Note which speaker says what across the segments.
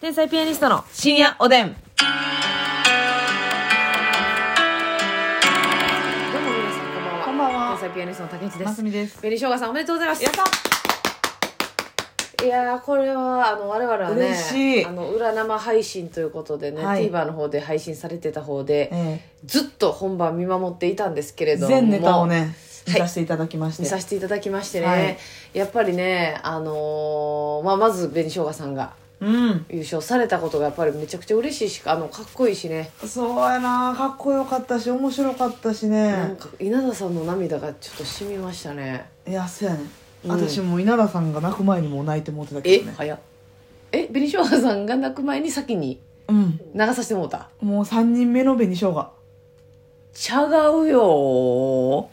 Speaker 1: 天才ピアニストの深夜おでん。どうも皆さん、こんばんは。
Speaker 2: こんばんは
Speaker 1: 天才ピアニストの竹内で
Speaker 2: ます
Speaker 1: す。
Speaker 2: みです。
Speaker 1: 紅しょうがさん、おめでとうございます。
Speaker 2: やった
Speaker 1: いやーこれはあの我々はね
Speaker 2: 嬉しい
Speaker 1: あの裏生配信ということでね、
Speaker 2: はい
Speaker 1: TVer の方で配信されてた方で、
Speaker 2: え
Speaker 1: ずっと本番見守っていたんですけれ
Speaker 2: え
Speaker 1: ども
Speaker 2: 全ネタをね、見
Speaker 1: はい
Speaker 2: させていただきまして。
Speaker 1: 見させていただきましてね、
Speaker 2: はい
Speaker 1: やっぱりね、あのーまあ、まず紅しょうがさんが
Speaker 2: うん。
Speaker 1: 優勝されたことがやっぱりめちゃくちゃ嬉しいしあのかっこいいしね、
Speaker 2: そうやなかっこよかったし、面白かったし
Speaker 1: なん
Speaker 2: ね。
Speaker 1: か稲田さんの涙がちょっとしみましたね
Speaker 2: いや、そうやね。
Speaker 1: うん
Speaker 2: 私も稲田さんが泣く前にもう泣いてもってたけ
Speaker 1: え
Speaker 2: どね。
Speaker 1: 早っえ紅しょうがさんが泣く前に先に
Speaker 2: うん。
Speaker 1: 流させてもうた
Speaker 2: もう三人目の紅生姜。
Speaker 1: ちゃがうよー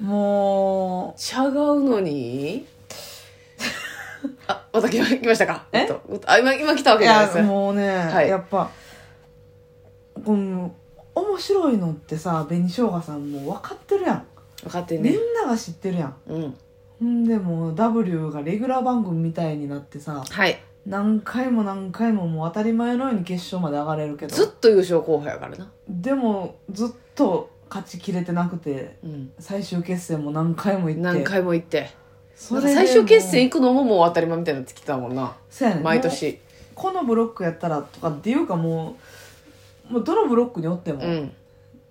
Speaker 2: も
Speaker 1: 違うの にあ、また来ま来ましたか
Speaker 2: え
Speaker 1: えっとあ、今、今来たわ
Speaker 2: う、い
Speaker 1: けじゃないで
Speaker 2: や
Speaker 1: す、ね。
Speaker 2: もうね、
Speaker 1: い
Speaker 2: やっぱ、この、面白いのってさ、紅生姜さんもう分かってるやん。
Speaker 1: 分かってん
Speaker 2: みん
Speaker 1: ね。
Speaker 2: なが知ってるやん。
Speaker 1: うん。
Speaker 2: ほんでもう W がレギュラー番組みたいになってさ、
Speaker 1: はい。
Speaker 2: 何回も何回ももう当たり前のように決勝まで上がれるけど
Speaker 1: ずっと優勝候補やからな。
Speaker 2: でもずっと勝ちきれてなくて
Speaker 1: うん。
Speaker 2: 最終決戦も何回も行って
Speaker 1: 何回も行って。
Speaker 2: そ
Speaker 1: な
Speaker 2: れ
Speaker 1: ん
Speaker 2: で
Speaker 1: か
Speaker 2: も
Speaker 1: 最終決戦行くのももう当たり前みたいになってきたもんな。
Speaker 2: そうやねん
Speaker 1: 毎
Speaker 2: もう
Speaker 1: 年。
Speaker 2: このブロックやったらとかっていうかもうもうどのブロックにおっても、
Speaker 1: うん。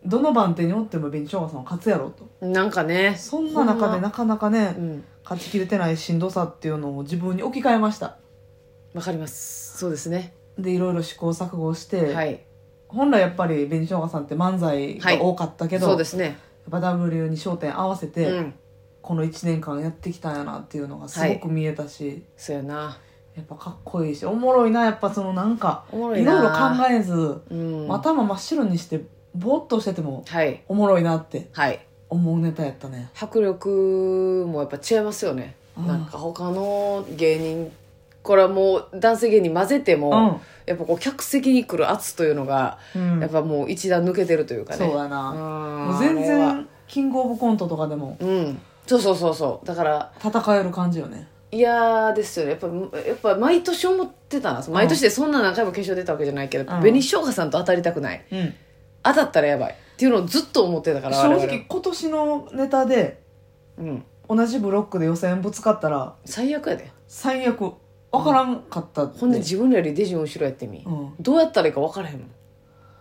Speaker 1: ど
Speaker 2: どの番手におっても紅しょうがさんは勝つやろと
Speaker 1: なんかね。
Speaker 2: そんな中
Speaker 1: ほ
Speaker 2: で
Speaker 1: んま
Speaker 2: なかなか
Speaker 1: う
Speaker 2: ね
Speaker 1: ん。
Speaker 2: 勝ちきれてないしんどさっていうのを自分に置き換えました
Speaker 1: わかります。そうですね。
Speaker 2: でいろいろ試行錯誤して、
Speaker 1: はい。
Speaker 2: 本来やっぱり紅しょうがさんって漫才が多かったけど、
Speaker 1: そうですね。
Speaker 2: バダブルに焦点合わせ
Speaker 1: う
Speaker 2: て、
Speaker 1: ん。
Speaker 2: この1年間やってきたんやなっていうのがすごく見えたし、
Speaker 1: そうやな。
Speaker 2: やっぱかっこいいしおもろいなやっぱそのなんか
Speaker 1: おもろ
Speaker 2: い
Speaker 1: いな。
Speaker 2: ろいろ考えず、
Speaker 1: え。うん。
Speaker 2: 頭真っ白にしてぼーっとしてても
Speaker 1: はい。
Speaker 2: おもろいなって
Speaker 1: はい。
Speaker 2: 思うネタやったね
Speaker 1: 迫力もやっぱ違いますよね、
Speaker 2: うん
Speaker 1: なんか他の芸人これはもう男性芸人混ぜても、やっぱこう客席に来る圧というのが、
Speaker 2: うん、うん
Speaker 1: やっぱもう一段抜けてるというかね
Speaker 2: そうやな、
Speaker 1: ん
Speaker 2: もう全
Speaker 1: あれは
Speaker 2: 然キングオブコントとかでも
Speaker 1: うんそうそうそうそうだから
Speaker 2: 戦える感じよね
Speaker 1: いやーですよねやっぱやっぱ毎年思ってたな毎年でそんな何回も決勝出たわけじゃないけど、
Speaker 2: うん
Speaker 1: 紅しょうがさんと当たりたくない
Speaker 2: うん
Speaker 1: 当たったらやばいっていうのをずっと思ってたから
Speaker 2: 正
Speaker 1: 我々
Speaker 2: 直今年のネタで
Speaker 1: うん、
Speaker 2: 同じブロックで予選ぶつかったら
Speaker 1: 最悪やで
Speaker 2: 最悪分からんかったって、
Speaker 1: ほんで自分らよりデジン後ろやってみ、
Speaker 2: うん
Speaker 1: どうやったらいいか分からへんもん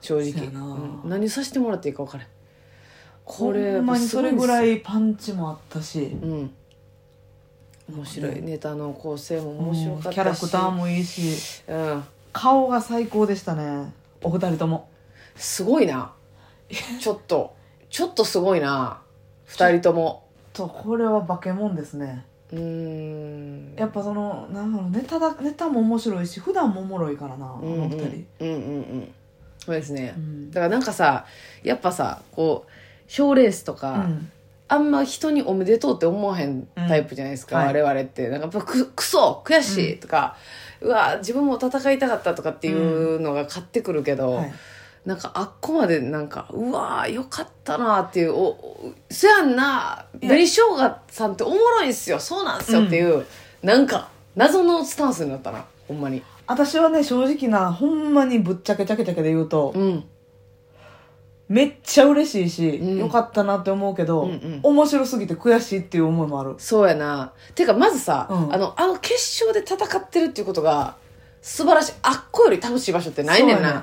Speaker 1: 正
Speaker 2: そう
Speaker 1: 直
Speaker 2: やな
Speaker 1: うん何させてもらっていいか分からへんこれ
Speaker 2: ほんまにそれぐら
Speaker 1: い
Speaker 2: いパンチもあった
Speaker 1: う
Speaker 2: し
Speaker 1: ん面白いネタの構成も面白かったし
Speaker 2: キャラクターもいいし
Speaker 1: うん
Speaker 2: 顔が最高でしたねお二人とも
Speaker 1: すごいなちょっとちょっとすごいな二人とも
Speaker 2: とこれは化け物ですね
Speaker 1: うーん
Speaker 2: やっぱそのなんだろうネタだネタも面白いし普段もおもろいからなあ
Speaker 1: うんうん
Speaker 2: の二人、
Speaker 1: うんうんうんそうですね
Speaker 2: うん
Speaker 1: だからなんかさやっぱさこう賞レースと
Speaker 2: う
Speaker 1: か、
Speaker 2: ん
Speaker 1: あんま人におめでとうって思わへんタイプじゃないですか、
Speaker 2: うんはい
Speaker 1: 我々って。なんかやっぱく、くそ悔しいとか、うわ、自分も戦いたかったとかっていうのが勝ってくるけど、
Speaker 2: はい、
Speaker 1: なんかあっこまでなんか、うわ、よかったなっていう、お、おそやんな、
Speaker 2: いや
Speaker 1: 紅しょうがさんっておもろいんすよ、そうなんすよっていう、なんか、謎のスタンスになったな、ほんまに。
Speaker 2: 私はね正直なほんまにぶっちゃけちゃけちゃけで言うと、
Speaker 1: うん。
Speaker 2: めっちゃ嬉しいし、
Speaker 1: うん
Speaker 2: よかったなって思うけど、
Speaker 1: うんうん
Speaker 2: 面白すぎて悔しいっていう思いもある
Speaker 1: そうやな。てか、まずさ、
Speaker 2: うん
Speaker 1: あの、あの決勝で戦ってるっていうことが、素晴らしい。あっこより楽しい場所ってないねん
Speaker 2: そう
Speaker 1: な。
Speaker 2: やね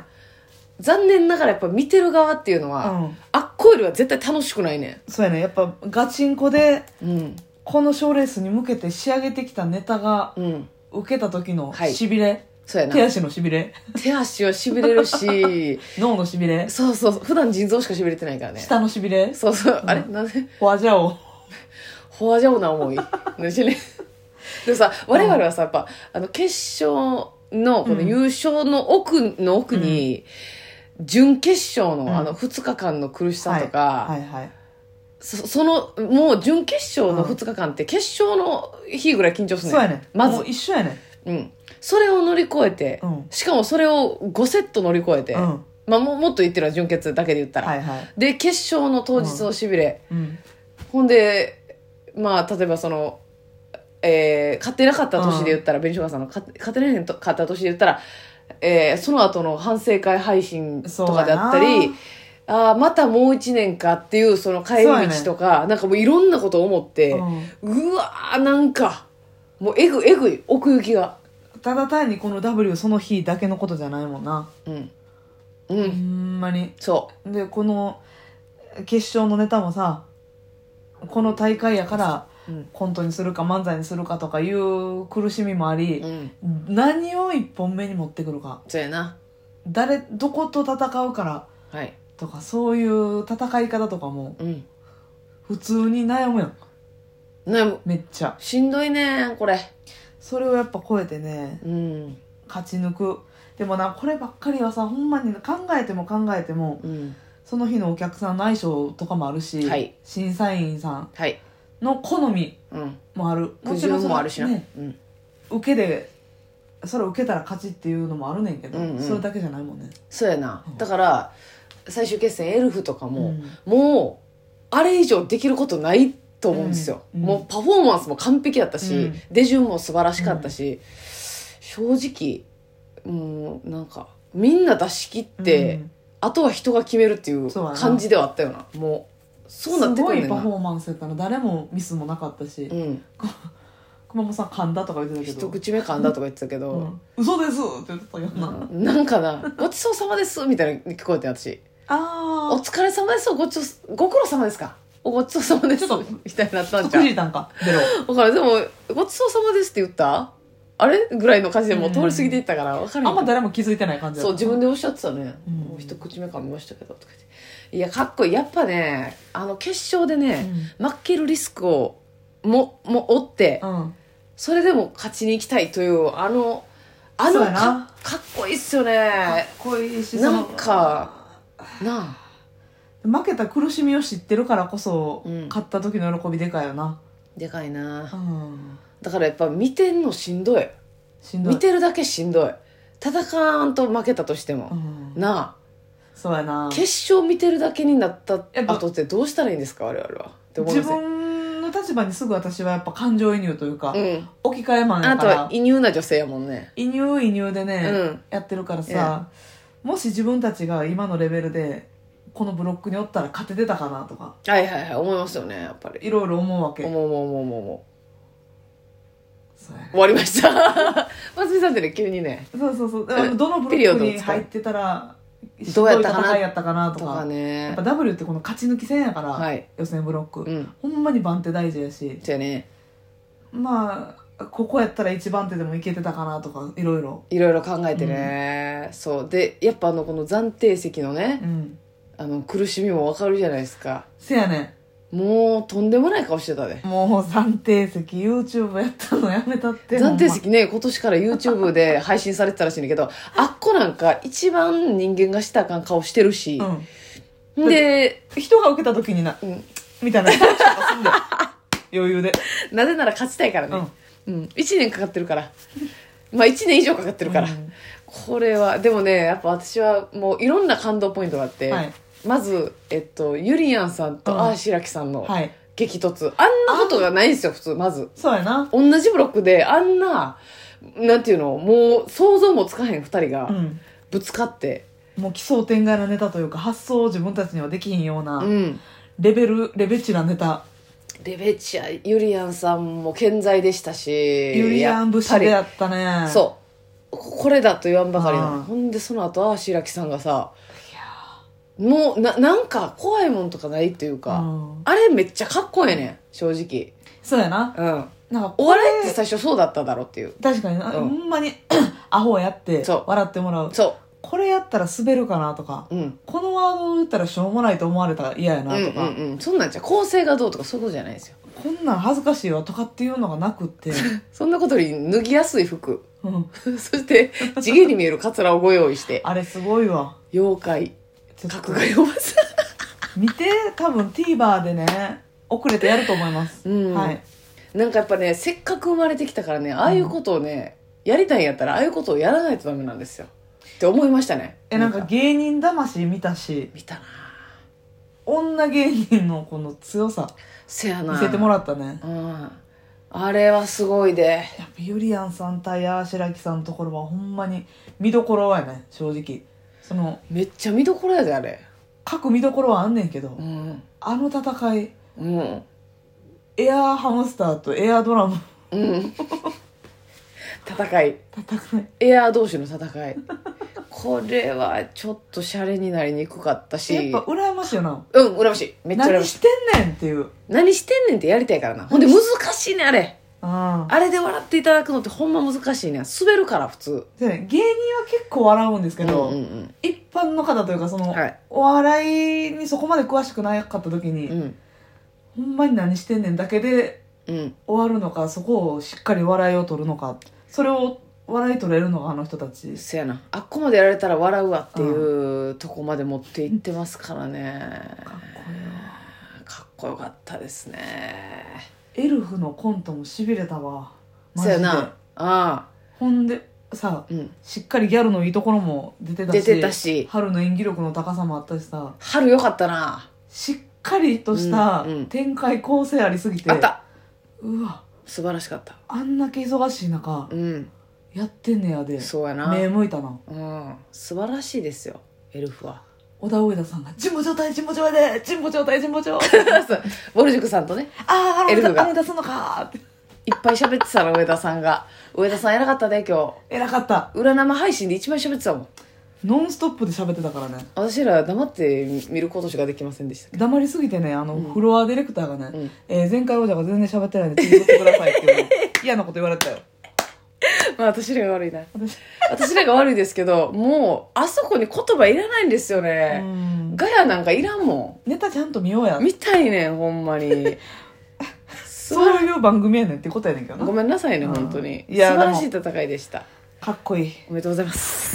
Speaker 1: 残念ながらやっぱ見てる側っていうのは、
Speaker 2: うん
Speaker 1: あっこよりは絶対楽しくないね
Speaker 2: そうやねやっぱガチンコで
Speaker 1: ん。うん。
Speaker 2: この賞ーレースに向けて仕上げてきたネタが
Speaker 1: うん。
Speaker 2: 受けた時の
Speaker 1: はい
Speaker 2: しびれ、
Speaker 1: そうやな。
Speaker 2: 手足のしびれ
Speaker 1: 手足は痺れる し、
Speaker 2: 脳のしびれ
Speaker 1: そうそうそう。普段腎臓しか痺れてないからね。
Speaker 2: 舌のしびれ
Speaker 1: そうそう。
Speaker 2: ん
Speaker 1: あれなんで
Speaker 2: フォアジャオ
Speaker 1: フォアジャオな思い。ねし ね。でもさ、我々はさ、やっぱ、あの、決勝の、この
Speaker 2: うん
Speaker 1: 優勝の奥の奥に、準決勝
Speaker 2: うん
Speaker 1: のあの2日間の苦しさとか、
Speaker 2: はいはい
Speaker 1: そその、もう準決勝の2日間って決勝の日ぐらい緊張す
Speaker 2: そ
Speaker 1: る
Speaker 2: うやね
Speaker 1: まず
Speaker 2: もう一緒やね
Speaker 1: うん。それを乗り越えて、
Speaker 2: うん
Speaker 1: しかもそれを5セット乗り越えて、
Speaker 2: うん
Speaker 1: まあももっと言ってるのは準決だけで言ったら。
Speaker 2: はいはい
Speaker 1: で、決勝の当日のしびれ。
Speaker 2: うん
Speaker 1: ほんで、まあ例えばその、えー勝てなかった年で言ったら、紅しょうがさんの勝勝てなかった年で言ったら、えーその後の反省会配信とかであった
Speaker 2: そうや
Speaker 1: り
Speaker 2: な
Speaker 1: ああーまたもう一年かっていうその帰り
Speaker 2: そうやね
Speaker 1: 道とか、なんかもういろんなことを思って、うわーなんかもうえぐいえぐい奥行きが
Speaker 2: ただ単にこの W その日だけのことじゃないもんな、
Speaker 1: うんう
Speaker 2: ほ
Speaker 1: ん
Speaker 2: んまに
Speaker 1: そ
Speaker 2: でこの決勝のネタもさこの大会やから
Speaker 1: ううん
Speaker 2: コントにするか漫才にするかとかいう苦しみもあり
Speaker 1: う、ん
Speaker 2: 何を一本目に持ってくるか
Speaker 1: そうやな
Speaker 2: 誰どこと戦うから
Speaker 1: はい
Speaker 2: とかそういう戦い方とかも
Speaker 1: うん
Speaker 2: 普通に悩むやん
Speaker 1: ね
Speaker 2: めっちゃ
Speaker 1: しんどいねこれ
Speaker 2: それをやっぱ超えてね
Speaker 1: うん
Speaker 2: 勝ち抜くでもなこればっかりはさほんまに考えても考えても
Speaker 1: うん
Speaker 2: その日のお客さんの相性とかもあるし、
Speaker 1: はい
Speaker 2: 審査員さん
Speaker 1: はい
Speaker 2: の好み
Speaker 1: うん
Speaker 2: もある
Speaker 1: 苦
Speaker 2: ち
Speaker 1: 渋
Speaker 2: その
Speaker 1: もあるしな、
Speaker 2: ね、
Speaker 1: うん
Speaker 2: 受けでそれを受けたら勝ちっていうのもあるねんけど、
Speaker 1: うんうん
Speaker 2: それだけじゃないもんね
Speaker 1: そうやな
Speaker 2: うん
Speaker 1: だから最終決戦エルフとかも、
Speaker 2: ん
Speaker 1: もうあれ以上できることないと思うんですよ、
Speaker 2: うん
Speaker 1: もうパフォーマンスも完璧だったし、
Speaker 2: うん
Speaker 1: 出順も素晴らしかったし、正直もうなんかみんな出し切って、
Speaker 2: うん
Speaker 1: あとは人が決めるっていう
Speaker 2: そうやな
Speaker 1: 感じではあったよなもうそうなってくるね
Speaker 2: す
Speaker 1: ん
Speaker 2: ごいパフ
Speaker 1: な
Speaker 2: ォーマンスやったら誰もミスもなかったし、
Speaker 1: うん、
Speaker 2: 熊本さん噛んだとか言ってたけど
Speaker 1: 一口目噛んだとか言ってたけ
Speaker 2: う
Speaker 1: ど、
Speaker 2: ん嘘ですって言ってたよな、あ
Speaker 1: なんかな「ごちそうさまです」みたいに聞こえて私「お
Speaker 2: あ
Speaker 1: 疲れ様です」ごちそうご苦労様ですか」おごちそうさまです
Speaker 2: ちょっと
Speaker 1: みたいになった
Speaker 2: ー
Speaker 1: んじゃ
Speaker 2: く
Speaker 1: ん
Speaker 2: じいたんかベ
Speaker 1: だ
Speaker 2: ロ
Speaker 1: からでも「ごちそうさまです」って言ったあれぐらいの感じでもう通り過ぎていったから分かる
Speaker 2: あんま誰も気づいてない感じや
Speaker 1: そう自分
Speaker 2: で
Speaker 1: でおっしゃってたね、
Speaker 2: うん
Speaker 1: もう一口目噛みましたけどとか言っていやかっこいいやっぱねあの決勝でね、負けるリスクをもも負って
Speaker 2: うん、うん
Speaker 1: それでも勝ちに行きたいというあのあの
Speaker 2: そうやな
Speaker 1: かかっこいいっすよ
Speaker 2: かっ
Speaker 1: ね
Speaker 2: こいいし
Speaker 1: なんかなあ
Speaker 2: その負けた苦しみを知ってるからこそ、
Speaker 1: うん
Speaker 2: 勝った時の喜びでかいよな、
Speaker 1: でかいな
Speaker 2: うん、
Speaker 1: だからやっぱ見てんのしんどい
Speaker 2: しんどい
Speaker 1: 見てるだけしんどい戦わんと負けたとして
Speaker 2: う
Speaker 1: も、
Speaker 2: ん、
Speaker 1: なあ
Speaker 2: そうやな
Speaker 1: 決勝見てるだけになった
Speaker 2: やっぱ
Speaker 1: 後ってどうしたらいいんですか我々はって思い
Speaker 2: 自
Speaker 1: ますね
Speaker 2: 分の立場にすぐ私はやっぱ感情移入というか、
Speaker 1: うん
Speaker 2: 置き換えマン
Speaker 1: あ
Speaker 2: や
Speaker 1: な
Speaker 2: か
Speaker 1: たは
Speaker 2: ら
Speaker 1: 異乳な女性やもんね
Speaker 2: 移入移入でね、
Speaker 1: うん
Speaker 2: やってるからさ、もし自分たちが今のレベルでこのブロックにおったら勝ててたかなとか
Speaker 1: はいはいはい思いますよねやっぱり
Speaker 2: いろいろ思うわけ
Speaker 1: 思う思う思う思う思
Speaker 2: そうや
Speaker 1: う終わりました 松見さんってね急にね
Speaker 2: そうそうそう
Speaker 1: え
Speaker 2: どのブ
Speaker 1: ピ
Speaker 2: ロ
Speaker 1: リオ
Speaker 2: ック
Speaker 1: ドを使う
Speaker 2: に入ってたら
Speaker 1: どうやったかな
Speaker 2: しんどい戦いやったかなと
Speaker 1: と
Speaker 2: か
Speaker 1: か
Speaker 2: や
Speaker 1: ね
Speaker 2: っぱ W ってこの勝ち抜き戦やから、
Speaker 1: はい
Speaker 2: 予選ブロック、
Speaker 1: うん
Speaker 2: ほんまに番手大事やし
Speaker 1: じゃあね
Speaker 2: まあここやったら1番手でもいけてたかなとかいろいろ
Speaker 1: いろいろ考えてね、そうでやっぱあのこの暫定席のね
Speaker 2: うん
Speaker 1: あの苦しみもわかるじゃないですか
Speaker 2: せやね
Speaker 1: もうとんでもない顔してたね
Speaker 2: んもう暫定席 YouTube やったのやめたって
Speaker 1: 暫定席ね今年から YouTube で配信されてたらしいんだけどあっこなんか一番人間がしたらあかん顔してるし
Speaker 2: ほん、まん
Speaker 1: で、
Speaker 2: うん、人が受けた時にな
Speaker 1: うん
Speaker 2: みたいな拍手とかすんだ よ余裕で
Speaker 1: なぜなら勝ちたいからね、うん1年かかってるからまあ1年以上かかってるから、
Speaker 2: うん
Speaker 1: これはでもねやっぱ私はもういろんな感動ポイントがあって、
Speaker 2: はい
Speaker 1: まず、えっと、ゆりやんさん
Speaker 2: う
Speaker 1: と
Speaker 2: ん
Speaker 1: あーしらきさんの
Speaker 2: はい
Speaker 1: 激突、あんなことがないんですよ普通まず
Speaker 2: そうやな
Speaker 1: 同じブロックであんななんていうのもう想像もつかへん2人
Speaker 2: う
Speaker 1: が
Speaker 2: ん
Speaker 1: ぶつかって
Speaker 2: もう奇想天外なネタというか発想を自分たちにはできひんような
Speaker 1: うん
Speaker 2: レベル、レベチなネタ
Speaker 1: レベチアゆりやんさんも健在でしたし
Speaker 2: ゆりやん節でやったね
Speaker 1: そうここれだと言わんばかり
Speaker 2: う
Speaker 1: なんほんでその後ああ白木さんがさもうななんか怖いもんとかないっていうか、
Speaker 2: うん
Speaker 1: あれめっちゃかっこええねん正直
Speaker 2: そうやな
Speaker 1: うん
Speaker 2: なんか
Speaker 1: お笑いって最初そうだっただろうっていう
Speaker 2: 確かにな、
Speaker 1: うん
Speaker 2: ほんまに アホやって
Speaker 1: そう
Speaker 2: 笑ってもらう
Speaker 1: そ
Speaker 2: これやったら滑るかなとか
Speaker 1: ううん
Speaker 2: このワードを言ったらしょうもないと思われたら嫌や
Speaker 1: う
Speaker 2: なん
Speaker 1: う
Speaker 2: と
Speaker 1: ん
Speaker 2: か、
Speaker 1: うんそんなんじゃ構成がどうとかそういうことじゃないですよ
Speaker 2: こんなん恥ずかしいわとかっていうのがなくって、
Speaker 1: そんなことより脱ぎやすい服
Speaker 2: うん、
Speaker 1: そして地毛に見えるカツラをご用意して
Speaker 2: あれすごいわ
Speaker 1: 妖怪
Speaker 2: ちょっと
Speaker 1: 角界おばさん
Speaker 2: 見て多分 TVer でね遅れてやると思います、
Speaker 1: うん
Speaker 2: はい
Speaker 1: なんかやっぱねせっかく生まれてきたからねああいうことをね、やりたいんやったらああいうことをやらないとダメなんですよって思いましたね
Speaker 2: えなんか芸人魂見たし
Speaker 1: 見たな
Speaker 2: 女芸人のこの強さ
Speaker 1: せやな
Speaker 2: 見せてもらったね
Speaker 1: うんああれはすごいで
Speaker 2: やっぱゆりやんさん対あしらきさんのところはほんまに見どころはやね正直その
Speaker 1: めっちゃ見どころやであれ
Speaker 2: 各見どころはあんねんけど、
Speaker 1: うん
Speaker 2: あの戦い
Speaker 1: うん
Speaker 2: エアーハムスターとエアードラム
Speaker 1: うん 戦い
Speaker 2: 戦い
Speaker 1: エアー同士の戦いこれはちょっとシャレになりにくかったし
Speaker 2: やっぱ羨ましいよな
Speaker 1: うん羨ましいめっちゃ羨ま
Speaker 2: 何
Speaker 1: しい
Speaker 2: してんねんっていう
Speaker 1: 何してんねんってやりたいからなほんで難しいねあれ
Speaker 2: ああ
Speaker 1: あれで笑っていただくのってほんま難しいね滑るから普通
Speaker 2: で芸人は結構笑うんですけど、
Speaker 1: うんうん
Speaker 2: 一般の方というかその、
Speaker 1: はい
Speaker 2: お笑いにそこまで詳しくなかった時に、
Speaker 1: うん
Speaker 2: ほんまに何してんねんだけで
Speaker 1: うん
Speaker 2: 終わるのかそこをしっかり笑いを取るのかそれを笑い取れるのがあの人たち
Speaker 1: せやなあっこまでやられたら笑うわっていうとこまで持っていってますからね
Speaker 2: かっこいい
Speaker 1: かっこよ
Speaker 2: わ
Speaker 1: かったですね
Speaker 2: エルフのコントもしびれたわマ
Speaker 1: せ
Speaker 2: ジで
Speaker 1: やなああ
Speaker 2: ほんでさ
Speaker 1: うん
Speaker 2: しっかりギャルのいいところも出てたし
Speaker 1: 出てたし
Speaker 2: 春の演技力の高さもあったしさ
Speaker 1: 春よかったな
Speaker 2: しっかりとした
Speaker 1: うんうん
Speaker 2: 展開構成ありすぎて、
Speaker 1: あった
Speaker 2: うわ
Speaker 1: 素晴らしかった
Speaker 2: あんだけ忙しい中
Speaker 1: うん
Speaker 2: やってんねやで
Speaker 1: そうやな
Speaker 2: 目向いたな
Speaker 1: うん素晴らしいですよエルフは
Speaker 2: 小田上田さんが「神保状態神保状態で神保状態神保 状態」
Speaker 1: そうぼる塾さんとね
Speaker 2: あー
Speaker 1: エ
Speaker 2: あ
Speaker 1: ルフ
Speaker 2: の
Speaker 1: が
Speaker 2: あの出すのか」って
Speaker 1: いっぱい喋ってたの上田さんが上田さん偉かったね今
Speaker 2: 偉かった
Speaker 1: 日裏生配信で一番喋ってたもん
Speaker 2: ノンストップで喋ってたからね
Speaker 1: 私ら黙って見ることしかできませんでしたけ
Speaker 2: 黙りすぎてねあの、フロアディレクターが
Speaker 1: う
Speaker 2: ね、
Speaker 1: ん
Speaker 2: えー前回王者が全然喋ってないんで続けてくださいって いうね嫌なこと言われたよ
Speaker 1: ど まあ私らが悪いな
Speaker 2: 私
Speaker 1: 私らが悪いですけどもうあそこに言葉いらないんですよね、
Speaker 2: ん
Speaker 1: ガヤなんかいらんも
Speaker 2: ネタちゃんと見ようや
Speaker 1: ん見たいねんほんま に素晴
Speaker 2: そ
Speaker 1: ら
Speaker 2: ういう番組やねんってことやねんけど
Speaker 1: ごめ
Speaker 2: な
Speaker 1: んなさいね
Speaker 2: うん
Speaker 1: 本当に
Speaker 2: いや
Speaker 1: 素晴らしい戦いでした
Speaker 2: かっこいい
Speaker 1: おめでとうございます